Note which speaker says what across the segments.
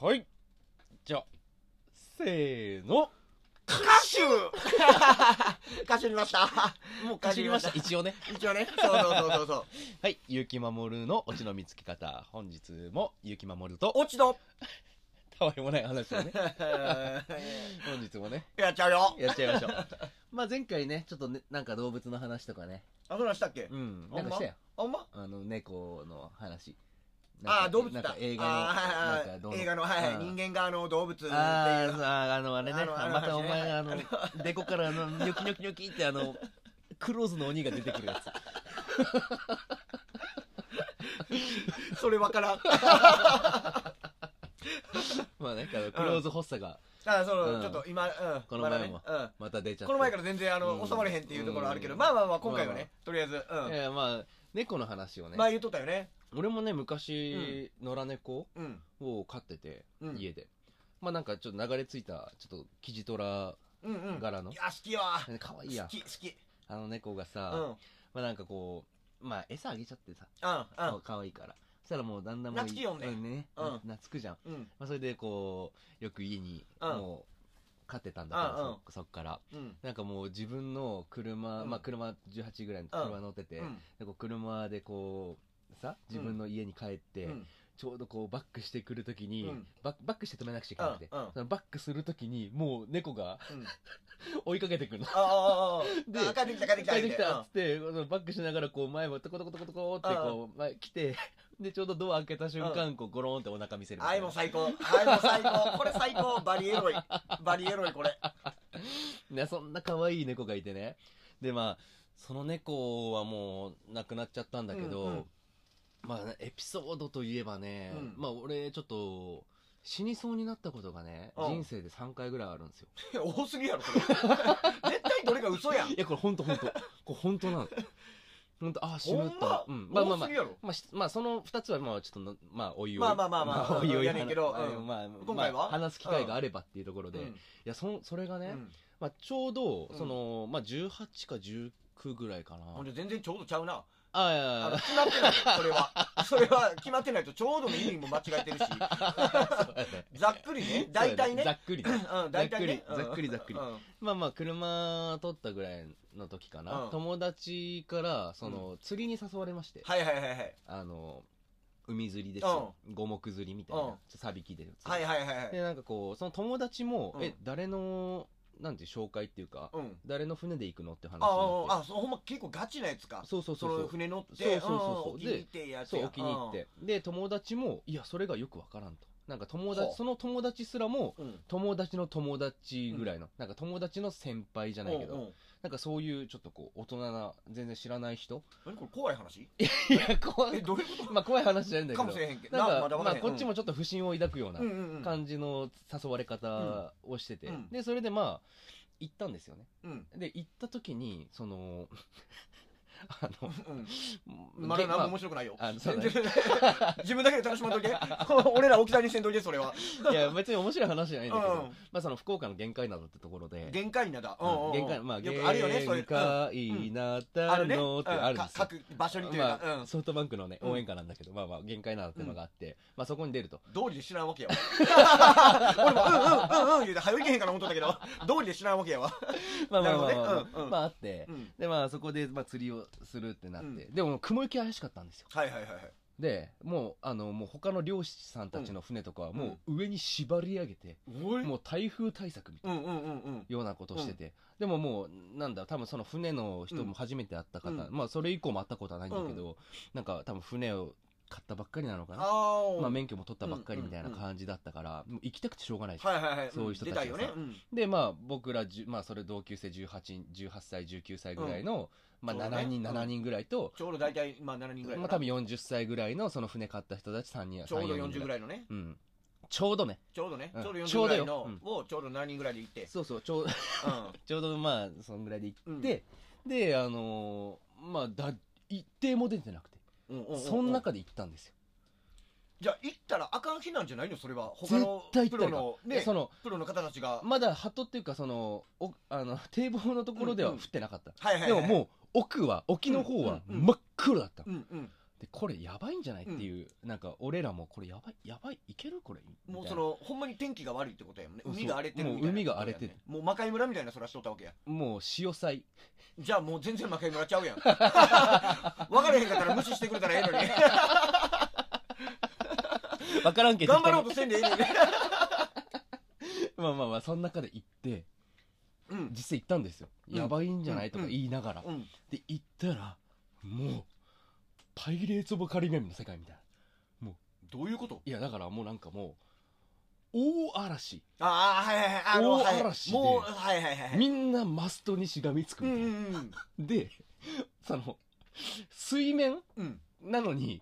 Speaker 1: はいじゃあせーの
Speaker 2: 歌手歌手にました
Speaker 1: もうかじりました
Speaker 2: かじ
Speaker 1: 一応ね
Speaker 2: 一応ねそうそうそうそうそう
Speaker 1: はい結城守のオチの見つけ方本日も結城守と
Speaker 2: 落ち 度
Speaker 1: たわいもない話 をね
Speaker 2: や
Speaker 1: 本日もね
Speaker 2: っちゃうよ
Speaker 1: やっちゃいましょうまあ前回ねちょっとねなんか動物の話とかね
Speaker 2: あそうなんしたっけ
Speaker 1: うん
Speaker 2: ほ
Speaker 1: なんんか
Speaker 2: ま
Speaker 1: したよ
Speaker 2: あんま
Speaker 1: あの猫の話
Speaker 2: あー動物
Speaker 1: な
Speaker 2: だ
Speaker 1: んか映画の
Speaker 2: あー
Speaker 1: なんか
Speaker 2: は
Speaker 1: どうの
Speaker 2: いはい映画のはいは
Speaker 1: う
Speaker 2: い
Speaker 1: ん
Speaker 2: 人間側の動物っていう
Speaker 1: あーあーあのあれね
Speaker 2: あのあの
Speaker 1: またお前あ
Speaker 2: 話
Speaker 1: の
Speaker 2: ね
Speaker 1: デコからあのニョキニョキニョキってあのクローズの鬼が出てくるやつ
Speaker 2: それわ からんあ
Speaker 1: まあねあのクローズ発作が
Speaker 2: ーそううんちょっと今うん
Speaker 1: この前も
Speaker 2: まだねうん
Speaker 1: また出ちゃって
Speaker 2: この前から全然あ
Speaker 1: う
Speaker 2: の
Speaker 1: ん
Speaker 2: 収まれへんっていうところあるけ
Speaker 1: う
Speaker 2: ど
Speaker 1: ん
Speaker 2: まあまあまあ今回は
Speaker 1: まあ
Speaker 2: ねとりあえずう
Speaker 1: い
Speaker 2: ん
Speaker 1: やいやまあ猫の話をね、
Speaker 2: まあ言っとったよね
Speaker 1: 俺もね昔、野良猫
Speaker 2: うん
Speaker 1: を飼ってて、
Speaker 2: うん
Speaker 1: 家でまあなんかちょっと流れ着いたちょっとキジトラ
Speaker 2: うんうん
Speaker 1: 柄の
Speaker 2: い、や好きよ
Speaker 1: かわいいや
Speaker 2: 好
Speaker 1: ん
Speaker 2: き好き
Speaker 1: あの猫が
Speaker 2: う
Speaker 1: さ、
Speaker 2: ん
Speaker 1: まあなんかこうまあ餌あげちゃってさ、
Speaker 2: うん
Speaker 1: かわいいからそしたらもうだんだんもう
Speaker 2: 懐きよんね
Speaker 1: うね、
Speaker 2: うん
Speaker 1: な懐くじゃん、
Speaker 2: うんうん
Speaker 1: まあ、それでこうよく家に
Speaker 2: うん
Speaker 1: もう飼ってたんだから、
Speaker 2: うんうん
Speaker 1: そそっから
Speaker 2: うん
Speaker 1: なんかもう自分の車、
Speaker 2: うん
Speaker 1: まあ車18ぐらいの車乗ってて、
Speaker 2: うん
Speaker 1: でこう車でこうさ自分の家に帰って、
Speaker 2: うん
Speaker 1: ちょうどこうバックしてくるときに、
Speaker 2: うん
Speaker 1: バッバックして止めなくちゃいけなくて、
Speaker 2: うんうん
Speaker 1: そのバックするときにもう猫が
Speaker 2: うん
Speaker 1: 追いかけてくるの。
Speaker 2: あああああ
Speaker 1: で
Speaker 2: ああ帰ってきた帰ってきた
Speaker 1: 帰ってきたっつって、そのバックしながらこう前もトコトコトコトコってこう前来て、でちょうどドア開けた瞬間、こうゴローンってお腹見せるみた
Speaker 2: あい
Speaker 1: い
Speaker 2: も
Speaker 1: な
Speaker 2: う。最高あいもう最高これ最高バリエロいバリエロいこれ
Speaker 1: ね、そんな可愛い猫がいてね。で、まあ、その猫はもう亡くなっちゃったんだけど、
Speaker 2: うんうん
Speaker 1: まあ、エピソードといえばね、
Speaker 2: うん
Speaker 1: まあ俺ちょっと、死にそうになったことがね、
Speaker 2: うん
Speaker 1: 人生で3回ぐらいあるんですよ。
Speaker 2: 多すぎやろそれ 絶対どれか嘘やん
Speaker 1: いや、これほんとほんと。これほんとなの。ほんと、ああ、死
Speaker 2: ほ
Speaker 1: ぬ
Speaker 2: ん
Speaker 1: った
Speaker 2: ま。
Speaker 1: うん。まあまあ
Speaker 2: 多
Speaker 1: ますあ
Speaker 2: ぎ。やろ
Speaker 1: まあ、しまあ、その二つは、まあ、ちょっとの、まあ、おいおい。
Speaker 2: まあまあまあま あ
Speaker 1: おいおい
Speaker 2: やねんけど
Speaker 1: 話
Speaker 2: うん
Speaker 1: まあ、
Speaker 2: 今回は
Speaker 1: まあ話す機会があればっていうところで。
Speaker 2: う
Speaker 1: い
Speaker 2: ん
Speaker 1: や、そん、それがね、
Speaker 2: うん
Speaker 1: まあ、ちょうど
Speaker 2: う、ん
Speaker 1: その、まあ、18か19ぐらいかな。
Speaker 2: ほんで全然ちょうどちゃうな
Speaker 1: ああ、い
Speaker 2: あ
Speaker 1: やい
Speaker 2: の
Speaker 1: や
Speaker 2: 決まってないよそれはそれは決まってないとちょうどの意味も間違え てるしざっくりね 大体
Speaker 1: ざ
Speaker 2: ね
Speaker 1: っくり
Speaker 2: う
Speaker 1: ね。
Speaker 2: ん大体ね
Speaker 1: ざっくりざっくりざっくり
Speaker 2: うん
Speaker 1: まあまあ、車取ったぐらいの時かな。
Speaker 2: うん
Speaker 1: 友達から、その、釣りに誘われまして、
Speaker 2: はいはいはいはい
Speaker 1: あの、海釣りですよ。五目釣りみたいな。
Speaker 2: うん
Speaker 1: ちょっとサビキで。
Speaker 2: はいはいはいはい
Speaker 1: で、なんかこう、その友達も、
Speaker 2: うん
Speaker 1: え、誰の、なんていう紹介っていうか、
Speaker 2: うん
Speaker 1: 誰の船で行くのって話に
Speaker 2: あ
Speaker 1: な
Speaker 2: あ
Speaker 1: って。
Speaker 2: ああそうほんま結構ガチなやつか
Speaker 1: そうそう
Speaker 2: そ
Speaker 1: そうそ
Speaker 2: の
Speaker 1: う。
Speaker 2: 船乗って
Speaker 1: そうそうそうそうん
Speaker 2: お気
Speaker 1: で
Speaker 2: に入ってやつ
Speaker 1: そう
Speaker 2: や
Speaker 1: お気に入ってで友達もいやそれがよくわからんとなんか友
Speaker 2: ほ
Speaker 1: 達
Speaker 2: う
Speaker 1: その友達すらも
Speaker 2: うんうん
Speaker 1: 友達の友達ぐらいの、なんか友達の先輩じゃないけど、
Speaker 2: うんうん
Speaker 1: なんかそういうちょっとこう大人な全然知らない人
Speaker 2: 何これ怖い話
Speaker 1: いや 怖
Speaker 2: え
Speaker 1: い
Speaker 2: どういうこ
Speaker 1: まあ怖い話じゃないんだけど
Speaker 2: とかもしれへんけど
Speaker 1: なん
Speaker 2: な
Speaker 1: か
Speaker 2: まだわ
Speaker 1: ま
Speaker 2: か
Speaker 1: あ
Speaker 2: らへん
Speaker 1: こっちもちょっと不審を抱くような
Speaker 2: うんうんうん
Speaker 1: 感じの誘われ方をしてて、
Speaker 2: うん
Speaker 1: でそれでまあ行ったんですよね
Speaker 2: うん
Speaker 1: で行った時にその あの
Speaker 2: うんまだ何
Speaker 1: ま
Speaker 2: も
Speaker 1: あ
Speaker 2: 面白くないよ
Speaker 1: あのそうだね
Speaker 2: 自分だけで楽しまんとけ 俺ら置き去りにせんとけそ れはい
Speaker 1: や別に面白い話じゃないんだけど、
Speaker 2: うん
Speaker 1: まあその福岡の限界などってところで
Speaker 2: 限界なだうんうんうん
Speaker 1: 限界まあ
Speaker 2: よ
Speaker 1: 限
Speaker 2: くあるよねそういううん
Speaker 1: 界な
Speaker 2: あ
Speaker 1: だ
Speaker 2: るね
Speaker 1: のってあるんで
Speaker 2: うんか
Speaker 1: すよ
Speaker 2: 各場所にという
Speaker 1: ま
Speaker 2: か
Speaker 1: あ、ソフトバンクのね
Speaker 2: うん
Speaker 1: 応援歌なんだけど、まあまあ限界なだってのがあって、まあそこに出ると
Speaker 2: うん道理で知らんわけ やわ俺もうんうんうんうん言うて早いけへんかな思っとった けど道理で知らんわけやわ
Speaker 1: まあまあまあ
Speaker 2: なるほ
Speaker 1: まあ
Speaker 2: どね、うんうん
Speaker 1: まああって、
Speaker 2: うん
Speaker 1: でまあそこでまあ釣りをするってなって、
Speaker 2: う
Speaker 1: でも雲行き怪しかったんですよ
Speaker 2: はいはいはいはい
Speaker 1: でもうあのもう他の漁師さんたちの船とかはもう上に縛り上げて、
Speaker 2: おい
Speaker 1: もう台風対策みたいな
Speaker 2: うんうんうんうん
Speaker 1: ようなことをしてて、でももうなんだ多分その船の人も初めて会った方、
Speaker 2: うん
Speaker 1: まあそれ以降も会ったことはないんだけど、なんか多分船を買ったばっかりなのかな
Speaker 2: あー
Speaker 1: まあ、免許も取ったばっかりみたいな感じだったから、もう行きたくてしょうがないし、
Speaker 2: はいはいはい
Speaker 1: そういう人たちがさ
Speaker 2: 出いよねうん
Speaker 1: でまあ僕らじゅ、まあ、それ同級生18 18歳19歳ぐらいの、まあ、
Speaker 2: そうだね
Speaker 1: 7人、
Speaker 2: うん
Speaker 1: 7人ぐらいと、
Speaker 2: ちょうど大体まあ7人ぐらいか
Speaker 1: まあ、
Speaker 2: な
Speaker 1: 多分40歳ぐらいのその船買った人たち3人
Speaker 2: ちょうど
Speaker 1: 3 4
Speaker 2: 40ぐ
Speaker 1: い、
Speaker 2: らいのね
Speaker 1: うん、ちょうどね
Speaker 2: ちょうどね
Speaker 1: うん
Speaker 2: ちょうど40ぐらい
Speaker 1: ちょう
Speaker 2: の
Speaker 1: どよ
Speaker 2: をちょうど7人ぐらいで行って
Speaker 1: そうそうちょう
Speaker 2: う
Speaker 1: ちょうどまあそんぐらいで行
Speaker 2: んうん
Speaker 1: って、であのーまあだ一定も出てなくて
Speaker 2: うんうんうん
Speaker 1: その中で行ったんですよ
Speaker 2: じゃあ行ったらあかん日なんじゃないのそれは他の
Speaker 1: 絶対行
Speaker 2: プ
Speaker 1: った
Speaker 2: ロ
Speaker 1: ら
Speaker 2: の
Speaker 1: で
Speaker 2: ね
Speaker 1: その
Speaker 2: プロの方たちが
Speaker 1: まだ鳩っていうかそのおあの堤防のところでは
Speaker 2: う
Speaker 1: 降
Speaker 2: んうん
Speaker 1: ってなかった、
Speaker 2: はいはいはい
Speaker 1: でももう奥は沖の方は
Speaker 2: うんうんうん
Speaker 1: 真っ黒だった、
Speaker 2: うんうん
Speaker 1: で、これやばいんじゃないっていう、なんか俺らもこれやばい、やばい、いけるこれ。
Speaker 2: もうそ
Speaker 1: み
Speaker 2: の、ほんまに天気が悪いってことやもんね。
Speaker 1: そう
Speaker 2: 海が荒れてるみたいな、
Speaker 1: もう海が荒れてる。
Speaker 2: もう魔界村みたいな空しとったわけや。
Speaker 1: たいなもう潮騒。
Speaker 2: じゃあもう全然魔界村ち ゃうやん。分かれへんかったら無視してくれたらええのに。
Speaker 1: わからんけど。
Speaker 2: 頑張ろうとせんでええのに。
Speaker 1: まあまあまあ、その中で行って、
Speaker 2: うん。
Speaker 1: 実際行ったんですよ。
Speaker 2: うん
Speaker 1: やばいんじゃないとか言いながら。
Speaker 2: うん。
Speaker 1: で、行ったら、もう、パイレーツ・オブ・カリビアンの世界みたいな。
Speaker 2: どういうこと
Speaker 1: いや、だからもうなんかもう、大嵐。
Speaker 2: ああ、はいはいはい。あの、
Speaker 1: 大
Speaker 2: は
Speaker 1: 嵐
Speaker 2: い、
Speaker 1: で
Speaker 2: もう、はいはいはい。
Speaker 1: みんなマストにしがみつく
Speaker 2: う
Speaker 1: み
Speaker 2: んう
Speaker 1: たいな。
Speaker 2: んうん。
Speaker 1: で、その、水面
Speaker 2: うん。
Speaker 1: なのに、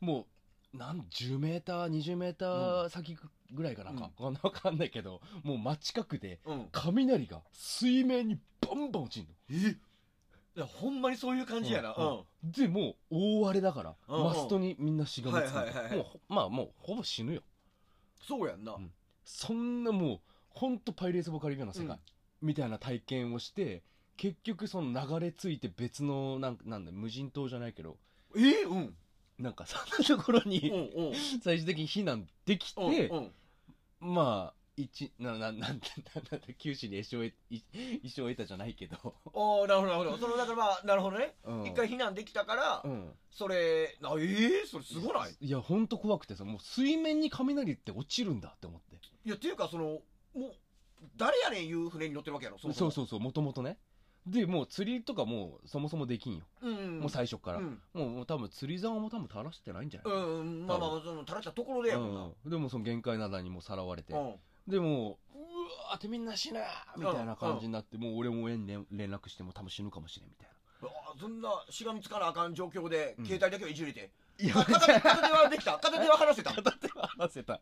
Speaker 1: もう、なん、10メーター、20メーター先ぐらいかなんか、わかんないわかんないけど、もう真近くで、
Speaker 2: うん。
Speaker 1: 雷が水面にバンバン落ちんの。
Speaker 2: えいや、ほんまにそういう感じやな。う
Speaker 1: うん
Speaker 2: ん。
Speaker 1: で、もう、大荒れだから、
Speaker 2: うんうん
Speaker 1: マストにみんなしがみつく
Speaker 2: はいはいは
Speaker 1: の。
Speaker 2: いはい
Speaker 1: もうほ、まあもう、ほぼ死ぬよ。
Speaker 2: そうやんな。
Speaker 1: うんそんなもう、ほんとパイレーツ・ボカリビアンの世界、
Speaker 2: うん
Speaker 1: みたいな体験をして、結局その流れ着いて別の、なんなんだ、無人島じゃないけど、
Speaker 2: えうん。
Speaker 1: なんかそんなところ
Speaker 2: う
Speaker 1: に、
Speaker 2: んうん。
Speaker 1: 最終的に避難できて、
Speaker 2: うんうん。
Speaker 1: まあ、一、な、な、なん、なん、なん、九死に一生、一生得たじゃないけど。
Speaker 2: おおなるほどなるほど。その、だからまあ、なるほどね。
Speaker 1: うん
Speaker 2: 一回、避難できたから
Speaker 1: う、ん。
Speaker 2: それ、あ、ええそれすごない
Speaker 1: いや、ほんと怖くてさ、もう水面に雷って落ちるんだって思って。
Speaker 2: いや、っていうか、その、もう、誰やねんいう船に乗ってるわけやろ、
Speaker 1: そう
Speaker 2: も
Speaker 1: そうそうもともとね。で、もう釣りとかもうそもそもできんよ。
Speaker 2: うんうん。
Speaker 1: もう最初から。
Speaker 2: うん。
Speaker 1: もうもう多分釣り竿も多分垂らしてないんじゃ
Speaker 2: う
Speaker 1: なんい、
Speaker 2: うん、まあまあまあ、その、垂らしたところでやもんな。
Speaker 1: うんでもその限界灘にもさらわれて。
Speaker 2: うん。
Speaker 1: でもう、うわーってみんな死ぬみたいな感じになって、もう俺も親に連連絡しても多分死ぬかもしれんみたいな。
Speaker 2: あそんなしがみつかなあかん状況で、
Speaker 1: うん
Speaker 2: 携帯だけはいじ れて。
Speaker 1: いや
Speaker 2: あ片手片手はできた片手 は離せたこ
Speaker 1: 片手は話せた。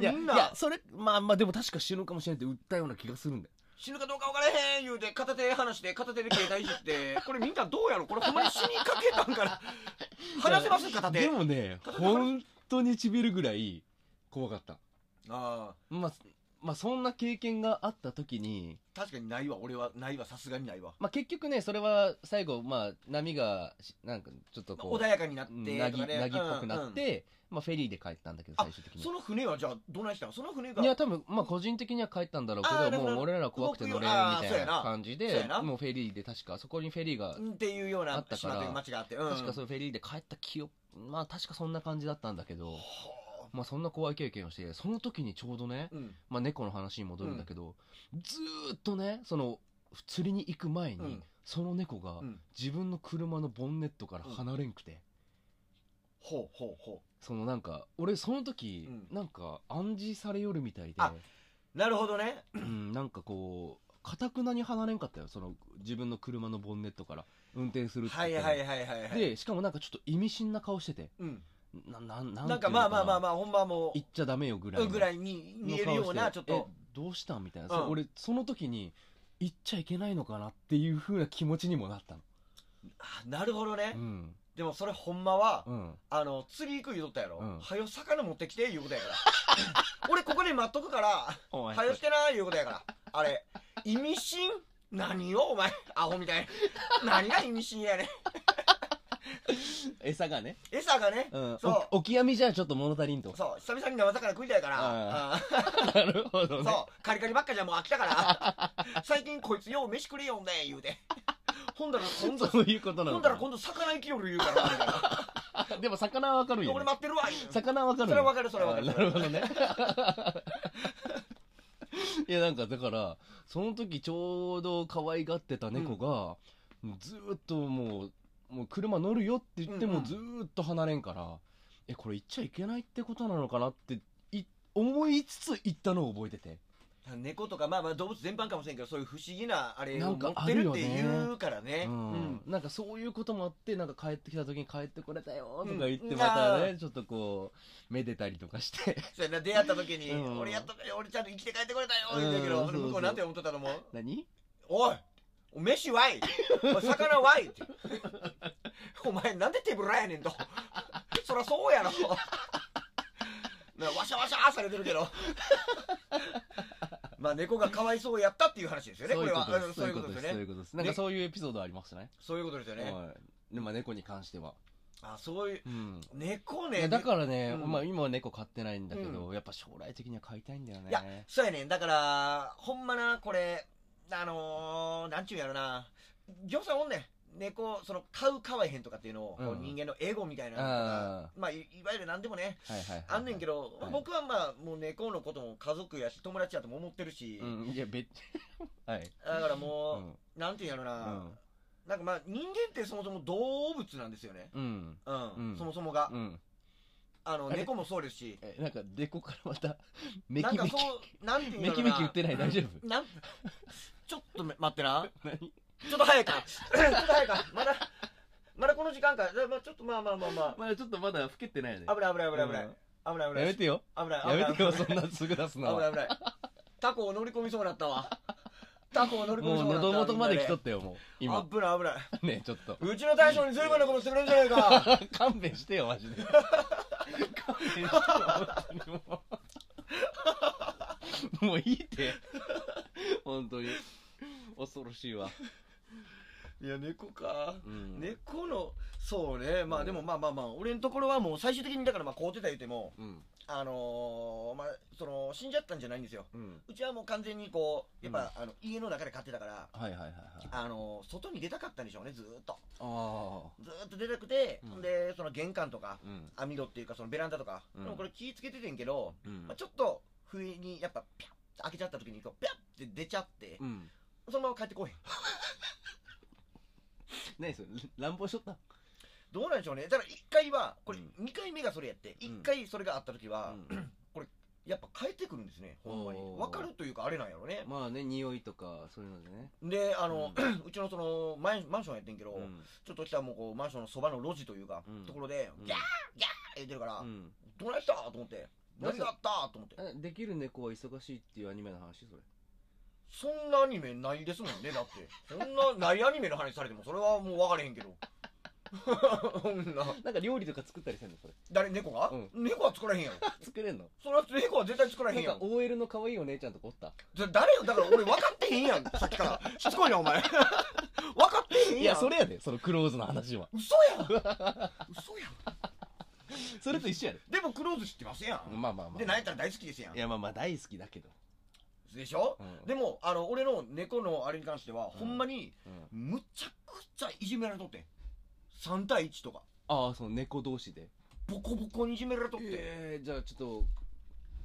Speaker 1: いや、
Speaker 2: みん
Speaker 1: いや
Speaker 2: な、
Speaker 1: それ、まあまあでも確か死ぬかもしれないって売ったような気がするんだよ。
Speaker 2: 死ぬかどうか分からへん言うて、片手離して、片手で携帯い じって、これみんなどうやろこれほんまに死にかけたん かな離せます片手
Speaker 1: で。もね、
Speaker 2: 片手
Speaker 1: 本当にちびるぐらい怖かった。
Speaker 2: ああ、
Speaker 1: まあ、まあそんな経験があった時に、
Speaker 2: 確かにないわ、俺は、ないわ、さすがにないわ。
Speaker 1: まあ結局ね、それは最後、まあ波がし、なんかちょっとこう、
Speaker 2: 穏やかになっ
Speaker 1: うん
Speaker 2: て、
Speaker 1: な
Speaker 2: と
Speaker 1: ぎ、
Speaker 2: かね
Speaker 1: なぎっぽくなっ
Speaker 2: うん
Speaker 1: て、まあフェリーで帰ったんだけど、
Speaker 2: あ
Speaker 1: 最終的
Speaker 2: うん
Speaker 1: に
Speaker 2: そ。の船はじゃあ、どないしたのその船が。
Speaker 1: いや、多分、まあ個人的には帰ったんだろう
Speaker 2: あー
Speaker 1: けど、
Speaker 2: なるほ
Speaker 1: も
Speaker 2: ど
Speaker 1: う俺ら怖くて乗れんみ
Speaker 2: あーそう
Speaker 1: た
Speaker 2: や
Speaker 1: い
Speaker 2: な
Speaker 1: な感じ
Speaker 2: そうや
Speaker 1: で
Speaker 2: な、
Speaker 1: もうフェリーで確か、そこにフェリーが
Speaker 2: っていうよう
Speaker 1: あ
Speaker 2: な
Speaker 1: ったか
Speaker 2: 島
Speaker 1: ら
Speaker 2: という町があって、うん
Speaker 1: 確かそのフェリーで帰った記憶、まあ確かそんな感じだったんだけど、
Speaker 2: は
Speaker 1: まあそんな怖い経験をして、その時にちょうどね
Speaker 2: あ、うん
Speaker 1: まあ猫の話に戻るんだけど、ずーっとね、その、釣りに行く前に、
Speaker 2: うん
Speaker 1: その猫が
Speaker 2: うん
Speaker 1: 自分の車のボンネットから離れんくて、
Speaker 2: ほうほうほ
Speaker 1: そのなんか、俺その時、
Speaker 2: う
Speaker 1: なんか暗示されよるみたいで、
Speaker 2: あうなるほどね
Speaker 1: うん、なんかこう、かたくなに離れんかったよ、その自分の車のボンネットから運転するって
Speaker 2: は
Speaker 1: 言って
Speaker 2: い
Speaker 1: も
Speaker 2: はいはいはいはい、
Speaker 1: で、しかもなんかちょっと意味深な顔してて、
Speaker 2: うん、
Speaker 1: な、なん、なん
Speaker 2: なんかまあまあまあ
Speaker 1: あ、
Speaker 2: まあほんまも
Speaker 1: 行っちゃダメよぐらいうの
Speaker 2: ぐらいに見えるようなちょっと
Speaker 1: えどうしたんみたいな、
Speaker 2: うん
Speaker 1: そ俺その時に行っちゃいけないのかなっていう風な気持ちにもなったの
Speaker 2: あなるほどね、
Speaker 1: うん
Speaker 2: でもそれほんまは、
Speaker 1: うん
Speaker 2: あの釣り行く言うとったやろ、
Speaker 1: うん
Speaker 2: はよ魚持ってきて言うことやから 俺ここで待っとくから
Speaker 1: お
Speaker 2: はよしてな言うことやからあれ意味深何をお前アホみたいな何が意味深やね
Speaker 1: 餌がね、
Speaker 2: ん餌がね、
Speaker 1: うん、
Speaker 2: そう
Speaker 1: おオキアミじゃちょっと物足りんと
Speaker 2: そう久々に生魚食いたいから、
Speaker 1: あ
Speaker 2: うん
Speaker 1: なるほどね
Speaker 2: そう、カリカリばっかじゃもう飽きたから、最近こいつよう飯くれよんね言 うて。ほんだら今度、
Speaker 1: そういうことな
Speaker 2: ほ
Speaker 1: の
Speaker 2: んだ
Speaker 1: から
Speaker 2: 今度魚生きよる言 うからなみたいな、
Speaker 1: でも魚はわかるよ、ね、
Speaker 2: 俺待ってるわ、言うて
Speaker 1: 魚はわかる
Speaker 2: それはわかるそれはわかる
Speaker 1: あーなるほどね いやなんかだからその時ちょうど可愛がってた猫が、ずーっともうもう車乗るよって言って
Speaker 2: うんう
Speaker 1: も
Speaker 2: ん
Speaker 1: ずーっと離れんから、えこれ行っちゃいけないってことなのかなってい思いつつ行ったのを覚えてて
Speaker 2: 猫とか、まあまあ動物全般かもしれんけど、そういう不思議なあれ
Speaker 1: なん
Speaker 2: を持
Speaker 1: か
Speaker 2: っ
Speaker 1: あ
Speaker 2: て
Speaker 1: る
Speaker 2: るっ
Speaker 1: よ
Speaker 2: て
Speaker 1: ね
Speaker 2: 言うからね。
Speaker 1: う
Speaker 2: うんん。
Speaker 1: なんかそういうこともあってなんか帰ってきた時に帰ってこれたよとか言っ
Speaker 2: うん
Speaker 1: てまたね、
Speaker 2: う
Speaker 1: ちょっとこうめでたりとかして
Speaker 2: そうやな、出会った時に、
Speaker 1: うん
Speaker 2: 俺やっとかよ、俺ちゃんと生きて帰ってこれたよ、言うてるけど、
Speaker 1: うんそうそう
Speaker 2: 向こうなんて思っとったと思う
Speaker 1: 何
Speaker 2: おいお飯わいおい魚わいって お前なんで手ぶらやねんと そらそうやろ なわしゃわしゃされてるけど まあ猫がかわいそうやったっていう話ですよね
Speaker 1: そういう
Speaker 2: こ
Speaker 1: こ
Speaker 2: れは
Speaker 1: とで
Speaker 2: うん
Speaker 1: す。そういうことです。
Speaker 2: よ
Speaker 1: そうい
Speaker 2: ね
Speaker 1: うことです。なんかそういうエピソードありましたね。
Speaker 2: そういうことですよね
Speaker 1: はい。でまあ猫に関しては。
Speaker 2: あそういう
Speaker 1: うん。
Speaker 2: 猫
Speaker 1: い
Speaker 2: ね
Speaker 1: やだからね、
Speaker 2: うん
Speaker 1: まあ今は猫飼ってないんだけど、やっぱ将来的には飼いたいんだよね。
Speaker 2: いやそうやねんだからほんまなこれあのー、なんちゅうんやろなぎょうさんおんねん猫その飼う飼わへんとかっていうのを、
Speaker 1: うん
Speaker 2: こう人間のエゴみたいなのとかまあいいわゆる何でもね
Speaker 1: はいはいはい、
Speaker 2: あんねんけ
Speaker 1: ど。
Speaker 2: ど、
Speaker 1: はい
Speaker 2: 僕はまあもう猫のことも家族やし友達やとも思ってるし、
Speaker 1: うん、いや、別、 はい。
Speaker 2: だから
Speaker 1: う
Speaker 2: もう、
Speaker 1: ん。
Speaker 2: なんていうんやろ
Speaker 1: う
Speaker 2: な、
Speaker 1: ん。
Speaker 2: なんかまあ人間ってそもそも動物なんですよね
Speaker 1: うん。
Speaker 2: うん、
Speaker 1: うん
Speaker 2: そもそもが、
Speaker 1: うん。
Speaker 2: あの
Speaker 1: あれ
Speaker 2: 猫もそうですし
Speaker 1: え、なんか、デコからまた、め
Speaker 2: なん
Speaker 1: き
Speaker 2: か
Speaker 1: め
Speaker 2: そ
Speaker 1: き、
Speaker 2: うなんていうんや
Speaker 1: め
Speaker 2: ろ
Speaker 1: き
Speaker 2: な
Speaker 1: めき言ってない、大丈夫
Speaker 2: なんちょっとめ待ってな
Speaker 1: 何
Speaker 2: ちょっと早いかちょっと早いかまだまだこの時間かだまあちょっとまあまあまあま
Speaker 1: まだちょっとまだ老けてないよね。
Speaker 2: あ危ない危ない危ない危な
Speaker 1: う
Speaker 2: い
Speaker 1: ん
Speaker 2: 危ない危ない
Speaker 1: やめてよ。
Speaker 2: 危ない危
Speaker 1: や
Speaker 2: ない
Speaker 1: めてよ、
Speaker 2: 危な
Speaker 1: そ
Speaker 2: い
Speaker 1: んなすぐ出す
Speaker 2: 危
Speaker 1: の
Speaker 2: な
Speaker 1: は。
Speaker 2: い危ないタコを乗り込みそうになったわタコを乗り込み
Speaker 1: も
Speaker 2: そう
Speaker 1: う
Speaker 2: になった
Speaker 1: 喉
Speaker 2: わ
Speaker 1: 元まで
Speaker 2: みん
Speaker 1: 来
Speaker 2: な
Speaker 1: とったよ、もう。今。
Speaker 2: 危ない危ない
Speaker 1: ねちょっと。
Speaker 2: うちの大将に随分なことしてくれるんじゃないか
Speaker 1: 勘弁してよ、マジで。勘弁してよ、本当にもう。も ういいって。本当に。恐ろしいわ。
Speaker 2: いや猫か
Speaker 1: うん。
Speaker 2: 猫のそうねま
Speaker 1: う
Speaker 2: あ
Speaker 1: ん
Speaker 2: でもまあまあまあ俺のところはもう最終的にだからまあ買うてた言うても
Speaker 1: うん。
Speaker 2: あのーまあその死んじゃったんじゃないんですよ
Speaker 1: うん。
Speaker 2: うちはもう完全にこうやっぱ、あの家の中で飼ってたから
Speaker 1: はいはいはいはい。あ
Speaker 2: あのー外に出たかったんでしょうねずーっと
Speaker 1: あ。
Speaker 2: ずーっと出たくて、
Speaker 1: うん
Speaker 2: でその玄関とか
Speaker 1: うん。
Speaker 2: 網戸っていうかそのベランダとか、
Speaker 1: うん
Speaker 2: でもこれ気ぃつけててんけど、
Speaker 1: うん
Speaker 2: まあ、。ちょっと不意にやっぱピャッて開けちゃった時にこうピャッて出ちゃって、
Speaker 1: うん。
Speaker 2: そのまま帰ってこいへん
Speaker 1: 何それ乱暴しとった
Speaker 2: どうなんでしょうねだから1回はこれ
Speaker 1: う
Speaker 2: 2回目がそれやって
Speaker 1: うん
Speaker 2: 1回それがあった時は、
Speaker 1: うん
Speaker 2: やっぱ帰ってくるんですねほんまに
Speaker 1: おー
Speaker 2: 分かるというかあれなんやろね
Speaker 1: まあね、匂いとか、そういうのでね。
Speaker 2: であの、 うちのそのマンマンションやってんけど、
Speaker 1: うん。
Speaker 2: ちょっと来たらもうこうマンションのそばの路地というか、
Speaker 1: うん
Speaker 2: ところで、
Speaker 1: うん
Speaker 2: ギャーギャー言ってるから、
Speaker 1: うん。
Speaker 2: どないしたと思って
Speaker 1: な
Speaker 2: 何
Speaker 1: ぜ
Speaker 2: があったと思って
Speaker 1: えできる猫は忙しいっていうアニメの話それ。
Speaker 2: そんなアニメないですもんねだってそん なないアニメの話されてもそれはもう分かれへんけど そんな
Speaker 1: なんか料理とか作ったりせんのそれ。
Speaker 2: 誰猫が、
Speaker 1: うん
Speaker 2: 猫は作らへんやろ
Speaker 1: 作れんの
Speaker 2: それは猫は絶対作らへ
Speaker 1: なんん
Speaker 2: や
Speaker 1: か
Speaker 2: ん
Speaker 1: OL の可愛いお姉ちゃんとかおった
Speaker 2: だ誰よだから俺分かってへんやんさっきからしつこいなお前 分かってへんやん
Speaker 1: いや、それやで、そのクローズの話は。
Speaker 2: 嘘やん嘘やん
Speaker 1: それと一緒やで。
Speaker 2: でもクローズ知ってますやん、
Speaker 1: まあまあまあ。
Speaker 2: でなんやったら大好きですやん
Speaker 1: いや、まあまあ大好きだけど。
Speaker 2: でしょ、
Speaker 1: うん
Speaker 2: でもあの俺の猫のあれに関しては、ほんまに
Speaker 1: うん
Speaker 2: むちゃくちゃいじめられとってん3対1とか
Speaker 1: ああ、その猫同士で。
Speaker 2: ボコボコにいじめられとって、
Speaker 1: えー、じゃあちょっと、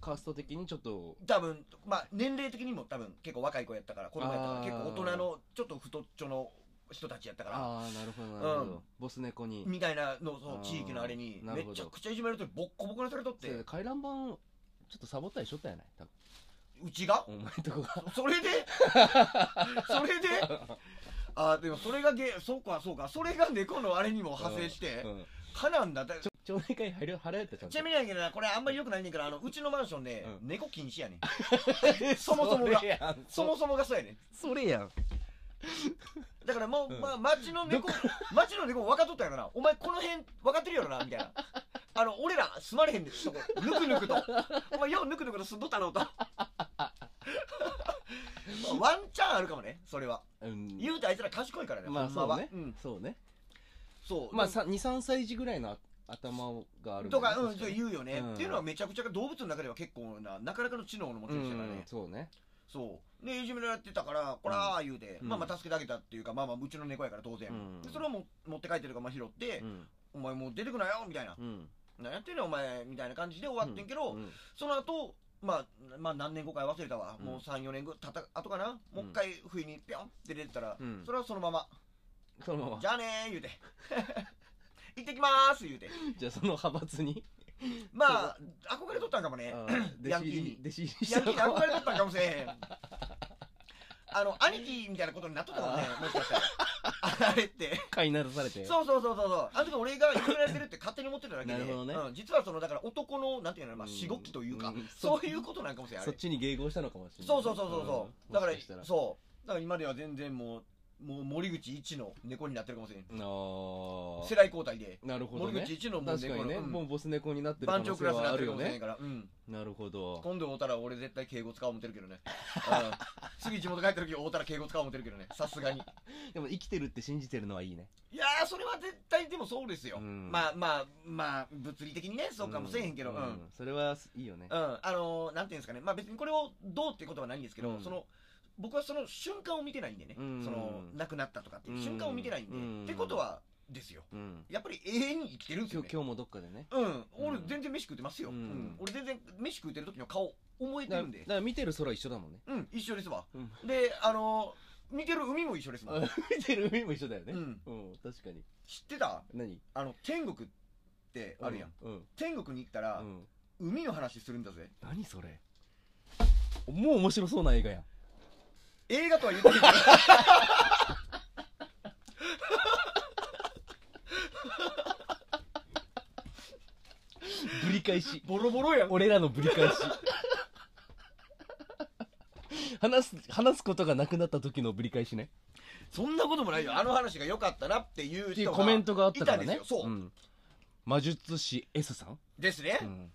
Speaker 1: カースト的にちょっと、
Speaker 2: 多分まあ年齢的にも多分結構若い子やったから子供やったから
Speaker 1: あー
Speaker 2: 結構大人のちょっと太っちょの人たちやったから
Speaker 1: ああ、なるほど、なるほど。
Speaker 2: うん
Speaker 1: ボス猫に。
Speaker 2: みたいなのそ
Speaker 1: あー
Speaker 2: の地域のあれに
Speaker 1: な
Speaker 2: め
Speaker 1: るほど
Speaker 2: ちゃくちゃいじめられてボッコボコにされとっ
Speaker 1: そ
Speaker 2: て
Speaker 1: れ回覧板、ちょっとサボったりしとったやない多分。
Speaker 2: うちが
Speaker 1: お前んとこが。
Speaker 2: それで それであーでもそれがげそうかそうかそれが猫のあれにも派生して
Speaker 1: うん。
Speaker 2: かなんだだ
Speaker 1: 町内会入る、払えってちゃんと
Speaker 2: ちなみにやけどなこれあんまりよくないねんけどあのうちのマンションね、
Speaker 1: う
Speaker 2: 猫禁止やねんそもそもが
Speaker 1: それやん。
Speaker 2: そもそもがそうやねん
Speaker 1: それやん。
Speaker 2: だからもう、
Speaker 1: うん
Speaker 2: まあ、町の猫、町の猫分かっとったやろな。お前この辺分かってるやろな、みたいな。あの、俺ら住まれへんで、そこ。ぬくぬくと。お前ようぬくぬくと住んどったのと。まあワンチャンあるかもね、それは。
Speaker 1: うん。
Speaker 2: 言うてあいつら賢いからね、
Speaker 1: まあ
Speaker 2: ほん
Speaker 1: そう
Speaker 2: は
Speaker 1: ね。
Speaker 2: うん。
Speaker 1: そうね。
Speaker 2: そう。
Speaker 1: まあ
Speaker 2: で
Speaker 1: さ2、3歳児ぐらいの頭がある
Speaker 2: とか、うん、
Speaker 1: 確
Speaker 2: そう
Speaker 1: に
Speaker 2: 言うよね、
Speaker 1: うん
Speaker 2: っていうのはめちゃくちゃ動物の中では結構な、なかなかの知能の持ち主だからね。
Speaker 1: うんそうね。
Speaker 2: そう。で、いじめられてたから、こらー言うて、
Speaker 1: うん
Speaker 2: まあまあ助けてあげたっていうか、まあまあうちの猫やから当然。
Speaker 1: うん
Speaker 2: でそれをも持って帰ってるから、まあ拾って、
Speaker 1: うん。
Speaker 2: お前もう出てくなよみたいな。
Speaker 1: うん。
Speaker 2: 何やってんねんお前みたいな感じで終わってんけど、
Speaker 1: う
Speaker 2: その後、まあ、まあ何年後か忘れたわ。
Speaker 1: うん
Speaker 2: もう3、4年後、たた、後かな。もう一回不意にピョンって出てったら、
Speaker 1: うん
Speaker 2: それはそのまま、
Speaker 1: そのまま。
Speaker 2: じ
Speaker 1: じゃ
Speaker 2: ゃあねー言うて。 行ってきまーす言うて。
Speaker 1: あその派閥に、
Speaker 2: まあ、憧れとったんかもね。
Speaker 1: あ
Speaker 2: ヤ
Speaker 1: 弟
Speaker 2: ン
Speaker 1: 子
Speaker 2: キー
Speaker 1: 入
Speaker 2: に
Speaker 1: り、弟子入りし
Speaker 2: ヤ
Speaker 1: た
Speaker 2: ンキー
Speaker 1: の
Speaker 2: に
Speaker 1: か
Speaker 2: 憧れとったんかもしれへん。あの、兄貴みたいなことになっとったかもね。もしかしたら。 あれって。
Speaker 1: 飼いならされて。
Speaker 2: そうそうそうそうそう。あの時俺がいじめられてるって勝手に思ってただけで。
Speaker 1: なるほどね
Speaker 2: うん、実はその、だから男の、なんていうの、まあ、
Speaker 1: うん
Speaker 2: しごきというか、
Speaker 1: うん
Speaker 2: そういうことなんかもしれない。あ
Speaker 1: そっ
Speaker 2: れ
Speaker 1: ちに迎合したのかもしれない。
Speaker 2: そうそうそうそう。そうだから
Speaker 1: もし、したら
Speaker 2: そう。だから今では全然もう、もう森口一の猫になってるかもしれん
Speaker 1: あー
Speaker 2: 世代交代で
Speaker 1: なるほど
Speaker 2: 森
Speaker 1: ね
Speaker 2: 口一のもう
Speaker 1: 確
Speaker 2: 猫
Speaker 1: かにね、
Speaker 2: のうん
Speaker 1: もうボス猫になってる可
Speaker 2: 番長
Speaker 1: 能
Speaker 2: ク
Speaker 1: 性
Speaker 2: ラスに
Speaker 1: は
Speaker 2: な
Speaker 1: あ
Speaker 2: って
Speaker 1: る
Speaker 2: るか
Speaker 1: よ
Speaker 2: もしれん
Speaker 1: ね
Speaker 2: から、うん
Speaker 1: なるほど
Speaker 2: 今度会うたら俺絶対敬語使おう思ってるけどねうん次地元帰った時会うたら敬語使おう思ってるけどねさすがに
Speaker 1: でも生きてるって信じてるのはいいね
Speaker 2: いやーそれは絶対でもそうですよ、
Speaker 1: うん
Speaker 2: まあまあまあ物理的にねそうかもせえへんけどうん、
Speaker 1: うそれはいいよね
Speaker 2: うんあのーなんていうんですかねまあ別にこれをどうってことはないんですけど、
Speaker 1: うん
Speaker 2: その僕はその瞬間を見てないんでね、
Speaker 1: うん
Speaker 2: その亡くなったとかっていう瞬間を見てないんで、
Speaker 1: うん
Speaker 2: ってことはですよ
Speaker 1: うん
Speaker 2: やっぱり永遠に生きてるんです
Speaker 1: 今
Speaker 2: よ、ね
Speaker 1: 日、今日もどっかでね
Speaker 2: うん俺
Speaker 1: うん
Speaker 2: 全然飯食ってます
Speaker 1: う
Speaker 2: よ、
Speaker 1: ん
Speaker 2: うん俺全然飯食ってる時の顔覚えて
Speaker 1: だから
Speaker 2: るん
Speaker 1: だ
Speaker 2: で
Speaker 1: から見てる空一緒だもんね
Speaker 2: うん一緒ですわ、
Speaker 1: うん
Speaker 2: であのー見てる海も一緒ですもん、
Speaker 1: 見てる海も一緒だよね
Speaker 2: うん
Speaker 1: うん確かに
Speaker 2: 知ってた
Speaker 1: 何
Speaker 2: あの天国ってあるやん、
Speaker 1: うん
Speaker 2: 天国に行った
Speaker 1: う
Speaker 2: ら、
Speaker 1: ん
Speaker 2: 海の話するんだぜ
Speaker 1: 何それもう面白そうな映画やん
Speaker 2: 映画とは言ってないけど
Speaker 1: ぶり返し
Speaker 2: ボロボロやん
Speaker 1: 俺らのぶり返し話す話すことがなくなった時のぶり返しね
Speaker 2: そんなこともないよあの話が良かったなっていう
Speaker 1: ってい
Speaker 2: 人
Speaker 1: う
Speaker 2: が
Speaker 1: コメントがあったから
Speaker 2: いたん
Speaker 1: ね
Speaker 2: ですよそう、
Speaker 1: ん魔術師 S さん
Speaker 2: ですね、
Speaker 1: うん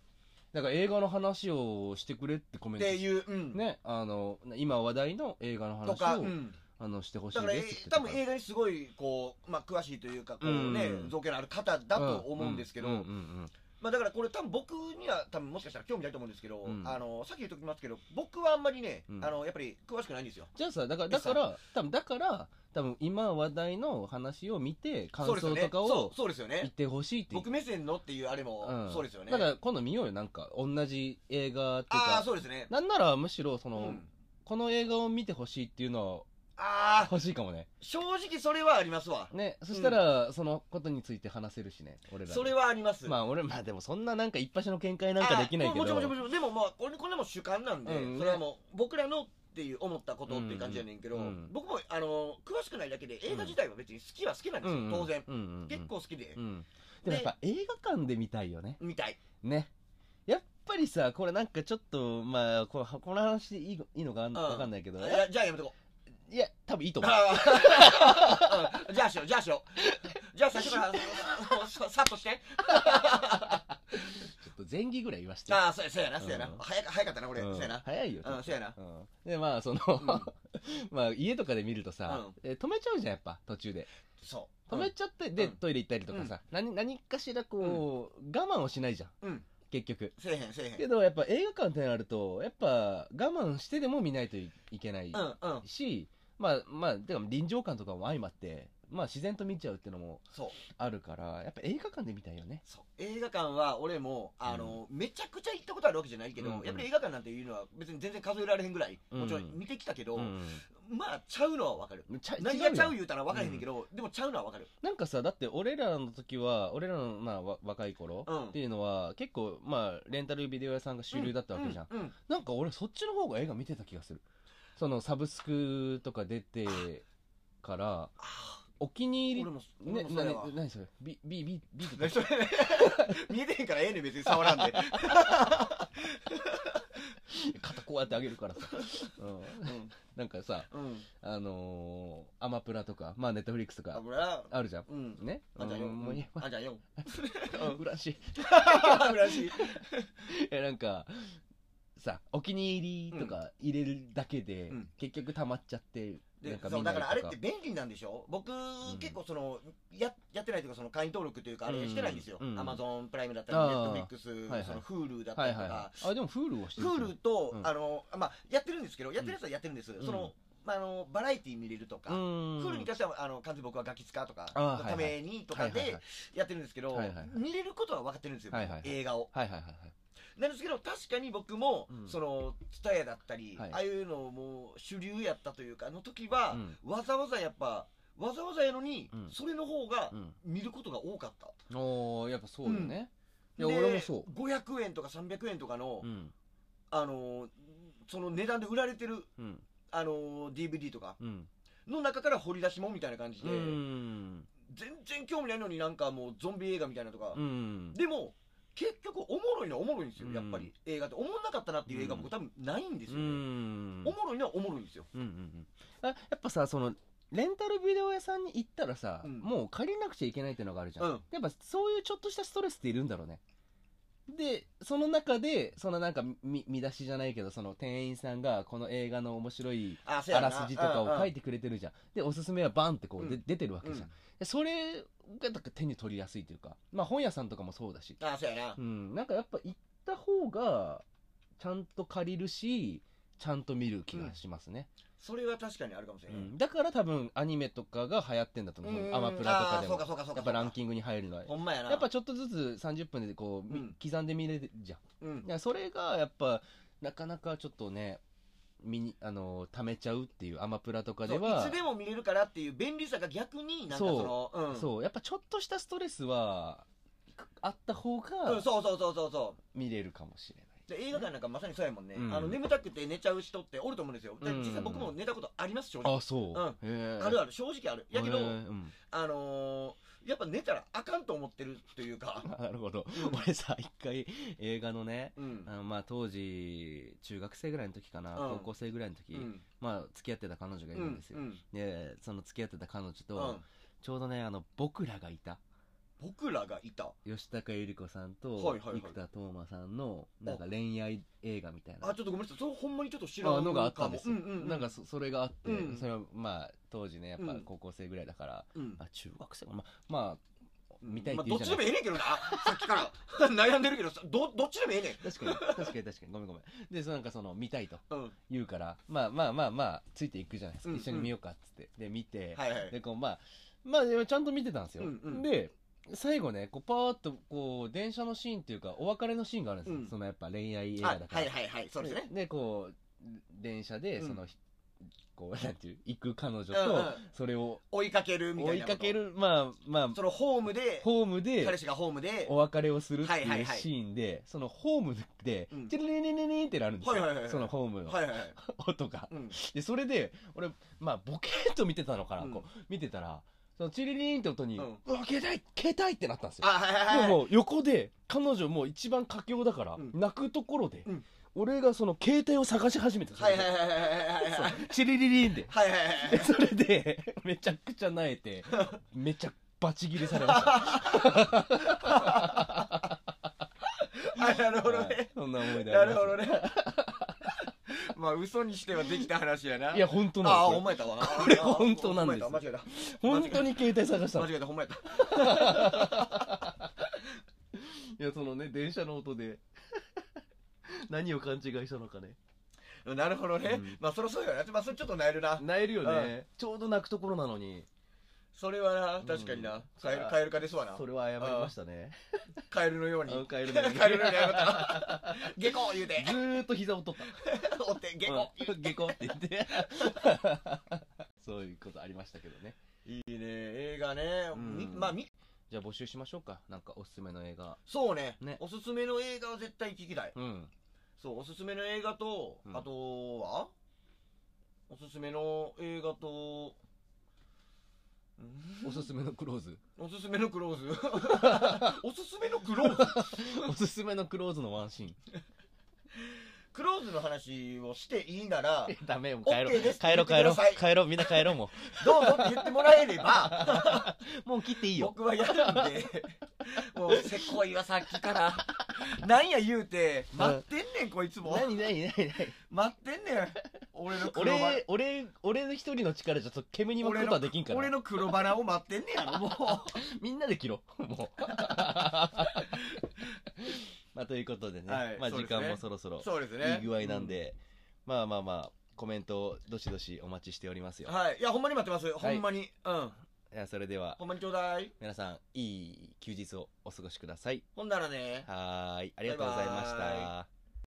Speaker 1: だから映画の話をしてくれってコメ
Speaker 2: っ
Speaker 1: ント
Speaker 2: ていう、うん
Speaker 1: ねあの今話題の映画の
Speaker 2: と
Speaker 1: 話
Speaker 2: か、
Speaker 1: を、
Speaker 2: うん、
Speaker 1: あのしてほし
Speaker 2: だ
Speaker 1: い
Speaker 2: から
Speaker 1: で
Speaker 2: え
Speaker 1: すって言ってた
Speaker 2: 多
Speaker 1: から
Speaker 2: 分映画にすごいこう、まあ、詳しいというかこう、ね
Speaker 1: うん
Speaker 2: 造形のある方だと思うんですけど、
Speaker 1: うんうんうん
Speaker 2: まあ、だからこれ多分僕には多分もしかしたら興味ないと思うんですけど、
Speaker 1: うん
Speaker 2: あのさっき言っときますけど僕はあんまりね、
Speaker 1: うん
Speaker 2: あのやっぱり詳しくないんですよ
Speaker 1: じゃあさだからだから多分だから多分今話題の話を見て感
Speaker 2: そうですよ
Speaker 1: 想
Speaker 2: ね
Speaker 1: とか
Speaker 2: そ
Speaker 1: を
Speaker 2: うそうですよ
Speaker 1: 言っ
Speaker 2: ね
Speaker 1: てほしいって
Speaker 2: 僕目線のっていうあれも、
Speaker 1: うん
Speaker 2: そうですよね
Speaker 1: だから今度見ようよなんか同じ映画っていう
Speaker 2: ああ
Speaker 1: か
Speaker 2: そうですね
Speaker 1: なんならむしろそうの、
Speaker 2: ん
Speaker 1: この映画を見てほしいっていうのは
Speaker 2: ああ
Speaker 1: 欲しいかもね
Speaker 2: 正直それはありますわ
Speaker 1: ねそしたら、そのことについて話せるしね俺らで
Speaker 2: それはあります
Speaker 1: まあ俺まあでもそんななんか一発の見解なんかできないけど
Speaker 2: あもちろんもちろんもちろんでもまあこれこれも主観なんで、
Speaker 1: うん
Speaker 2: それはもう僕らのっていう思ったことっていう感じやねんけど、
Speaker 1: うんうん
Speaker 2: 僕もあの詳しくないだけで映画自体は別に好きは好きなんですよ、
Speaker 1: うんうん
Speaker 2: 当然、
Speaker 1: うんうんうん
Speaker 2: 結構好きで
Speaker 1: う、んでもやっぱ映画館で見たいよね
Speaker 2: みたい
Speaker 1: ねやっぱりさこれなんかちょっとまあこのこの話でいいいいのか
Speaker 2: ん
Speaker 1: わかんないけど、
Speaker 2: あいやじゃあやめとこう
Speaker 1: いや多分いいと思う
Speaker 2: あー うんじゃあしようじゃあしようじゃあ最 初からあのささっとして
Speaker 1: ちょっと前儀ぐらい言わして
Speaker 2: ああそうやそうやなそうやな、
Speaker 1: うん
Speaker 2: 早か早かったなこれ、
Speaker 1: うん
Speaker 2: そうやな
Speaker 1: 早いよ
Speaker 2: うんそうやな
Speaker 1: うんでまあその、
Speaker 2: ん
Speaker 1: まあ家とかで見るとさ、え止めちゃうじゃんやっぱ途中で
Speaker 2: そう
Speaker 1: 止めちゃって、で
Speaker 2: うん
Speaker 1: トイレ行ったりとかさ、何何かしらこう、我慢をしないじゃん、
Speaker 2: うん
Speaker 1: 結局
Speaker 2: せえへんせえへん
Speaker 1: けどやっぱ映画館ってなるとやっぱ我慢してでも見ないといけない
Speaker 2: うんうん
Speaker 1: し、まあまあてか臨場感とかも相まってまあ自然と見ちゃうってのも
Speaker 2: そう
Speaker 1: あるからやっぱ映画館で見たいよね
Speaker 2: そう映画館は俺もあの、めちゃくちゃ行ったことあるわけじゃないけど、
Speaker 1: うんうん
Speaker 2: やっぱり映画館なんていうのは別に全然数えられへんぐらい、
Speaker 1: うん
Speaker 2: もちろん見てきたけど、
Speaker 1: うん
Speaker 2: まあちゃうのはわかる
Speaker 1: ちゃ
Speaker 2: 何がちゃ
Speaker 1: 違うよ
Speaker 2: う言うたら分からへんねんけど、でもちゃうのはわかる
Speaker 1: なんかさだって俺らの時は俺らのまあわ若い頃
Speaker 2: うん
Speaker 1: っていうのは結構まあレンタルビデオ屋さんが主流だったわけじゃん、
Speaker 2: うんうん
Speaker 1: なんか俺そっちの方が映画見てた気がするそのサブスクとか出てから
Speaker 2: あ
Speaker 1: お気に
Speaker 2: ー
Speaker 1: 入
Speaker 2: 俺
Speaker 1: り
Speaker 2: も俺
Speaker 1: ね
Speaker 2: も、そ
Speaker 1: な
Speaker 2: れ
Speaker 1: に
Speaker 2: は、、
Speaker 1: なにそれビ、ビ、ビ、ビー
Speaker 2: ね
Speaker 1: ト
Speaker 2: そ
Speaker 1: た
Speaker 2: れね 見えてへんからええねん別に触らん で、
Speaker 1: 肩こうやってあげる からさ。うん。なんかさ、
Speaker 2: うんうん
Speaker 1: あのー、アマプラとか、まあネットフリックスと
Speaker 2: あ
Speaker 1: か、
Speaker 2: これは
Speaker 1: あるじゃん。
Speaker 2: うん
Speaker 1: ね。
Speaker 2: あじゃあ
Speaker 1: う
Speaker 2: よ
Speaker 1: んもういいわ
Speaker 2: あじゃあよ
Speaker 1: うらしい。
Speaker 2: 嬉しい
Speaker 1: え、なんか、さ、お気に入りとか入れるだけで
Speaker 2: うん、
Speaker 1: 結局溜まっちゃって、な
Speaker 2: で
Speaker 1: んか
Speaker 2: そ
Speaker 1: 見
Speaker 2: う
Speaker 1: な
Speaker 2: だ
Speaker 1: いと
Speaker 2: からあれっ
Speaker 1: か
Speaker 2: て。便利なんでしょ僕、
Speaker 1: ん
Speaker 2: 結構そのややってないというかその会員登録というかあれしてないんですよ、
Speaker 1: うんうん
Speaker 2: アマゾンプライムだったりネ
Speaker 1: あ
Speaker 2: ッ
Speaker 1: ー
Speaker 2: トフリックス、
Speaker 1: はいはい
Speaker 2: その Hulu だった
Speaker 1: は
Speaker 2: り
Speaker 1: い
Speaker 2: と
Speaker 1: はい
Speaker 2: か
Speaker 1: は、い。あ、でもフールをしてる。
Speaker 2: Hulu と、
Speaker 1: うん
Speaker 2: あのまあ、やってるんですけどやってるやつはやってるんです、
Speaker 1: ん
Speaker 2: そのまあ、あのバラエティ見れるとか、
Speaker 1: う
Speaker 2: Hulu に
Speaker 1: ん。
Speaker 2: 関してはあの完全に僕はガキ使とか
Speaker 1: あーはい
Speaker 2: のためにとか
Speaker 1: はいはい
Speaker 2: で
Speaker 1: はい
Speaker 2: やってるんですけど、
Speaker 1: はいはいはい
Speaker 2: 見れることは分かってるんですよ、
Speaker 1: はいはいはい
Speaker 2: 映画を
Speaker 1: はいはいはいはい。
Speaker 2: なんですけど確かに僕も、
Speaker 1: うん
Speaker 2: その TSUTAYA だったり、
Speaker 1: はい
Speaker 2: ああいうのもう主流やったというかの時は、
Speaker 1: うん
Speaker 2: わざわざやっぱわざわざやのに、
Speaker 1: うん
Speaker 2: それの方が
Speaker 1: うん。
Speaker 2: 見ることが多かった、
Speaker 1: おー、やっぱそうよね。いや、
Speaker 2: で
Speaker 1: 俺もそ
Speaker 2: 500円とか300円とかの、
Speaker 1: う。うん。
Speaker 2: あのーその値段で売られてる、
Speaker 1: うん。
Speaker 2: あのー DVD とか
Speaker 1: うん。
Speaker 2: の中から掘り出しもんみたいな感じ
Speaker 1: う
Speaker 2: で、
Speaker 1: ん。
Speaker 2: 全然興味ないのになんかもうゾンビ映画みたいなとか、
Speaker 1: うん。
Speaker 2: でも結局おもろいのはおもろいんですよ、やっぱ
Speaker 1: う
Speaker 2: り映画っておもんなかったなっていう映画
Speaker 1: うん
Speaker 2: 僕多分ないんです
Speaker 1: う
Speaker 2: よね、
Speaker 1: ん。
Speaker 2: おもろいのはおもろいんですよ
Speaker 1: うんうんうん、あやっぱさそのレンタルビデオ屋さんに行ったらさ、
Speaker 2: うん
Speaker 1: もう借りなくちゃいけないっていうのがあるじゃん、
Speaker 2: うん
Speaker 1: やっぱそういうちょっとしたストレスっているんだろうねでその中でそのなんか見見出しじゃないけどその店員さんがこの映画の面白い
Speaker 2: あそう
Speaker 1: あ
Speaker 2: やな
Speaker 1: らすじとかを書い
Speaker 2: て
Speaker 1: てくれてるじゃん、でおすすめはバンってこうで、
Speaker 2: うん
Speaker 1: 出てるわけじゃん、でそれがなんか手に取りやすいというかまあ本屋さんとかもそうだし
Speaker 2: あそうやな
Speaker 1: うん、なんかやっぱ行った方がちゃんと借りるしちゃんと見る気がしますね、
Speaker 2: それは確かにあるかもしれ
Speaker 1: う
Speaker 2: ない
Speaker 1: んだから多分アニメとかが流行ってんだと思う、
Speaker 2: うん
Speaker 1: アマプラとかで
Speaker 2: あーそう
Speaker 1: も
Speaker 2: かそうかそうか
Speaker 1: やっぱランキングに入るのは
Speaker 2: ほんまやな
Speaker 1: やっぱちょっとずつ30分でこう、み
Speaker 2: うん
Speaker 1: 刻んで見れるじゃん
Speaker 2: うん
Speaker 1: いやそれがやっぱなかなかちょっとね見にあの貯めちゃうっていうアマプラとかでは
Speaker 2: そういつでも見れるからっていう便利さが逆になんかそのうん
Speaker 1: そうやっぱちょっとしたストレスはあった方
Speaker 2: うん
Speaker 1: が
Speaker 2: そうそうそうそうそう
Speaker 1: 見れるかもしれない、
Speaker 2: で映画館なんかまさにそうやもんね、
Speaker 1: うん
Speaker 2: あの眠たくて寝ちゃう人っておると思うんですよ、で
Speaker 1: うん
Speaker 2: 実際僕も寝たことあります正
Speaker 1: あ
Speaker 2: 直
Speaker 1: そう、
Speaker 2: うん
Speaker 1: へー
Speaker 2: あるある正直あるやけど、
Speaker 1: へーうん
Speaker 2: あのーやっぱ寝たらあかんと思ってるというか
Speaker 1: なるほ ど、
Speaker 2: うん
Speaker 1: 俺さ一回映画のね
Speaker 2: うん
Speaker 1: あのまあ当時中学生ぐらいの時かな、
Speaker 2: うん
Speaker 1: 高校生ぐらいの時、
Speaker 2: うん
Speaker 1: まあ付き合ってた彼女がいるんですよ、
Speaker 2: うんうん
Speaker 1: でその付き合ってた彼女と、
Speaker 2: うん
Speaker 1: ちょうどねあの僕らがいた
Speaker 2: 僕らがいた
Speaker 1: 吉高由里子さん
Speaker 2: は
Speaker 1: と
Speaker 2: いはいはい
Speaker 1: 生田斗真さんのなんか恋愛映画みたいな
Speaker 2: あちょっとごめんなさいそれほんまにちょっと知ら
Speaker 1: あ
Speaker 2: ん
Speaker 1: のがあったんですよ、
Speaker 2: うんうんうん
Speaker 1: なんかそそれがあって、
Speaker 2: うん
Speaker 1: それはまあ当時ねやっぱ
Speaker 2: うん
Speaker 1: 高校生ぐらいだから、
Speaker 2: うん
Speaker 1: あ中学生まあまあ見たいっ
Speaker 2: ま
Speaker 1: て言
Speaker 2: あ、ど
Speaker 1: う
Speaker 2: っ
Speaker 1: じゃ
Speaker 2: ち
Speaker 1: な
Speaker 2: で
Speaker 1: い
Speaker 2: もええね んけどなさっきから悩んでるけどどどっちでもええねん
Speaker 1: 確かに確かに確かにごめんごめんでそのなんかその見たいと
Speaker 2: うん
Speaker 1: 言うからまあまあまあまあついていくじゃないですか、
Speaker 2: うん
Speaker 1: 一緒に見ようかっつってで見て、
Speaker 2: はいはい
Speaker 1: でこうまあまあでもちゃんと見てたんですよ、
Speaker 2: うんうん
Speaker 1: で最後ねこうパーッとこう電車のシーンっていうかお別れのシーンがあるんですよ、
Speaker 2: うん
Speaker 1: そのやっぱ恋愛映
Speaker 2: あ
Speaker 1: 画だから
Speaker 2: はいはいはいそうですね
Speaker 1: でこう電車で
Speaker 2: うん
Speaker 1: その、ひこうなん ていう行く彼女と
Speaker 2: うんうん
Speaker 1: それを
Speaker 2: 追いかけるみた
Speaker 1: 追
Speaker 2: い
Speaker 1: い
Speaker 2: なこと
Speaker 1: かける、まあま
Speaker 2: そのホームで
Speaker 1: あホームで
Speaker 2: 彼氏がホームで
Speaker 1: お別れをするって
Speaker 2: はいはいいうはい
Speaker 1: シーンで、そのホームで
Speaker 2: うん、
Speaker 1: チリリリリリンってなるんです
Speaker 2: はいはいはいは
Speaker 1: よ。
Speaker 2: い
Speaker 1: そのホームの
Speaker 2: はいはいはい
Speaker 1: 音が
Speaker 2: う。ん
Speaker 1: で、それで、俺、まあ、ボケっと見てたのかな、
Speaker 2: うん
Speaker 1: こう、見てたら、そのチリリリンって音に、
Speaker 2: う
Speaker 1: うんわ、携帯携帯ってなったんですよ
Speaker 2: あ。はいはいはい
Speaker 1: でももう横で、彼女もう一番佳境だから
Speaker 2: うん、
Speaker 1: 泣くところで
Speaker 2: うん、
Speaker 1: 俺がその携帯を探し始めたんですよ
Speaker 2: はいはいはいはいはいはいはい
Speaker 1: そうチリリリンって。
Speaker 2: はいはい
Speaker 1: でそれで、 めちゃくちゃ泣いて、めちゃバチギレされました。
Speaker 2: はいなるほど
Speaker 1: はい
Speaker 2: ね
Speaker 1: そんな思い出
Speaker 2: な
Speaker 1: あり
Speaker 2: る
Speaker 1: ます
Speaker 2: ほどね まあ嘘にしてはできた話やない
Speaker 1: や、本当
Speaker 2: ああ
Speaker 1: なん
Speaker 2: お
Speaker 1: で
Speaker 2: 前だわ
Speaker 1: これ本当なんです
Speaker 2: 間違えた
Speaker 1: すよ。本当に携帯探したの。
Speaker 2: 間
Speaker 1: い
Speaker 2: 違えたほんまやった
Speaker 1: や、そのね、電車の音で。 何を勘違いしたのかね。
Speaker 2: うんなるほどね、
Speaker 1: うん
Speaker 2: まあそろそろやなまあそれちょっと泣えるな
Speaker 1: 泣えるよね。ちょうど泣くところなのに。
Speaker 2: それはな確かにな、
Speaker 1: うん
Speaker 2: カエルカエル化ですわな
Speaker 1: それは謝りましたね。
Speaker 2: カエルのように
Speaker 1: うんカエル の
Speaker 2: の
Speaker 1: ように
Speaker 2: ようにカエルのように謝った下校言う て
Speaker 1: ずーっと膝を取った。
Speaker 2: おって下校、
Speaker 1: うん下校って言って。 そういうことありましたけどね。
Speaker 2: いいね映画ね、
Speaker 1: うん
Speaker 2: みまあみ
Speaker 1: じゃあ募集しましょうか。なんかおすすめの映画。
Speaker 2: そうね
Speaker 1: ね
Speaker 2: おすすめの映画は絶対聞きたい
Speaker 1: うん。
Speaker 2: そうおすすめの映画と、
Speaker 1: うん
Speaker 2: あとはおすすめの映画とうん
Speaker 1: おすすめのクロー ズ。
Speaker 2: おすすめのクローズ おすすめのクローズ
Speaker 1: おすすめのクローズのワンシーン。
Speaker 2: クローズの話をしていいなら
Speaker 1: え ダメ、もう帰ろう。
Speaker 2: OK です
Speaker 1: 帰ろう、帰ろう
Speaker 2: 言ってくだ。さ
Speaker 1: 帰ろう、みんな帰ろう、も
Speaker 2: どうぞって言ってもらえれば
Speaker 1: う。 もう切っていいよ。
Speaker 2: 僕はやるんでもうせこいわさっき からなんや言うて待ってんねんこいつも
Speaker 1: 何何何何
Speaker 2: 待ってんねん俺の黒バラ
Speaker 1: 俺、俺、俺の一人の力じゃちょっと煙に巻く
Speaker 2: 俺
Speaker 1: ことは
Speaker 2: の
Speaker 1: できんから。
Speaker 2: 俺の黒バラを待ってんねんやろもう
Speaker 1: みんなで切ろう。 もう。まあ、ということでね。
Speaker 2: はい
Speaker 1: まあ、
Speaker 2: そう
Speaker 1: 時
Speaker 2: ですね
Speaker 1: 間もそろそろ、
Speaker 2: そうです
Speaker 1: い
Speaker 2: ね
Speaker 1: い具合なんで、まあまあまあ、コメントをどしどしお待ちしておりますよ。
Speaker 2: はい。いや、ほんまに待ってます。ほんまに。うん。
Speaker 1: いやそれでは
Speaker 2: ほ、んまにちょうだい。
Speaker 1: 皆さん、いい休日をお過ごしください。
Speaker 2: ほんならね。
Speaker 1: はーい。ありがとうございました。
Speaker 2: バイバ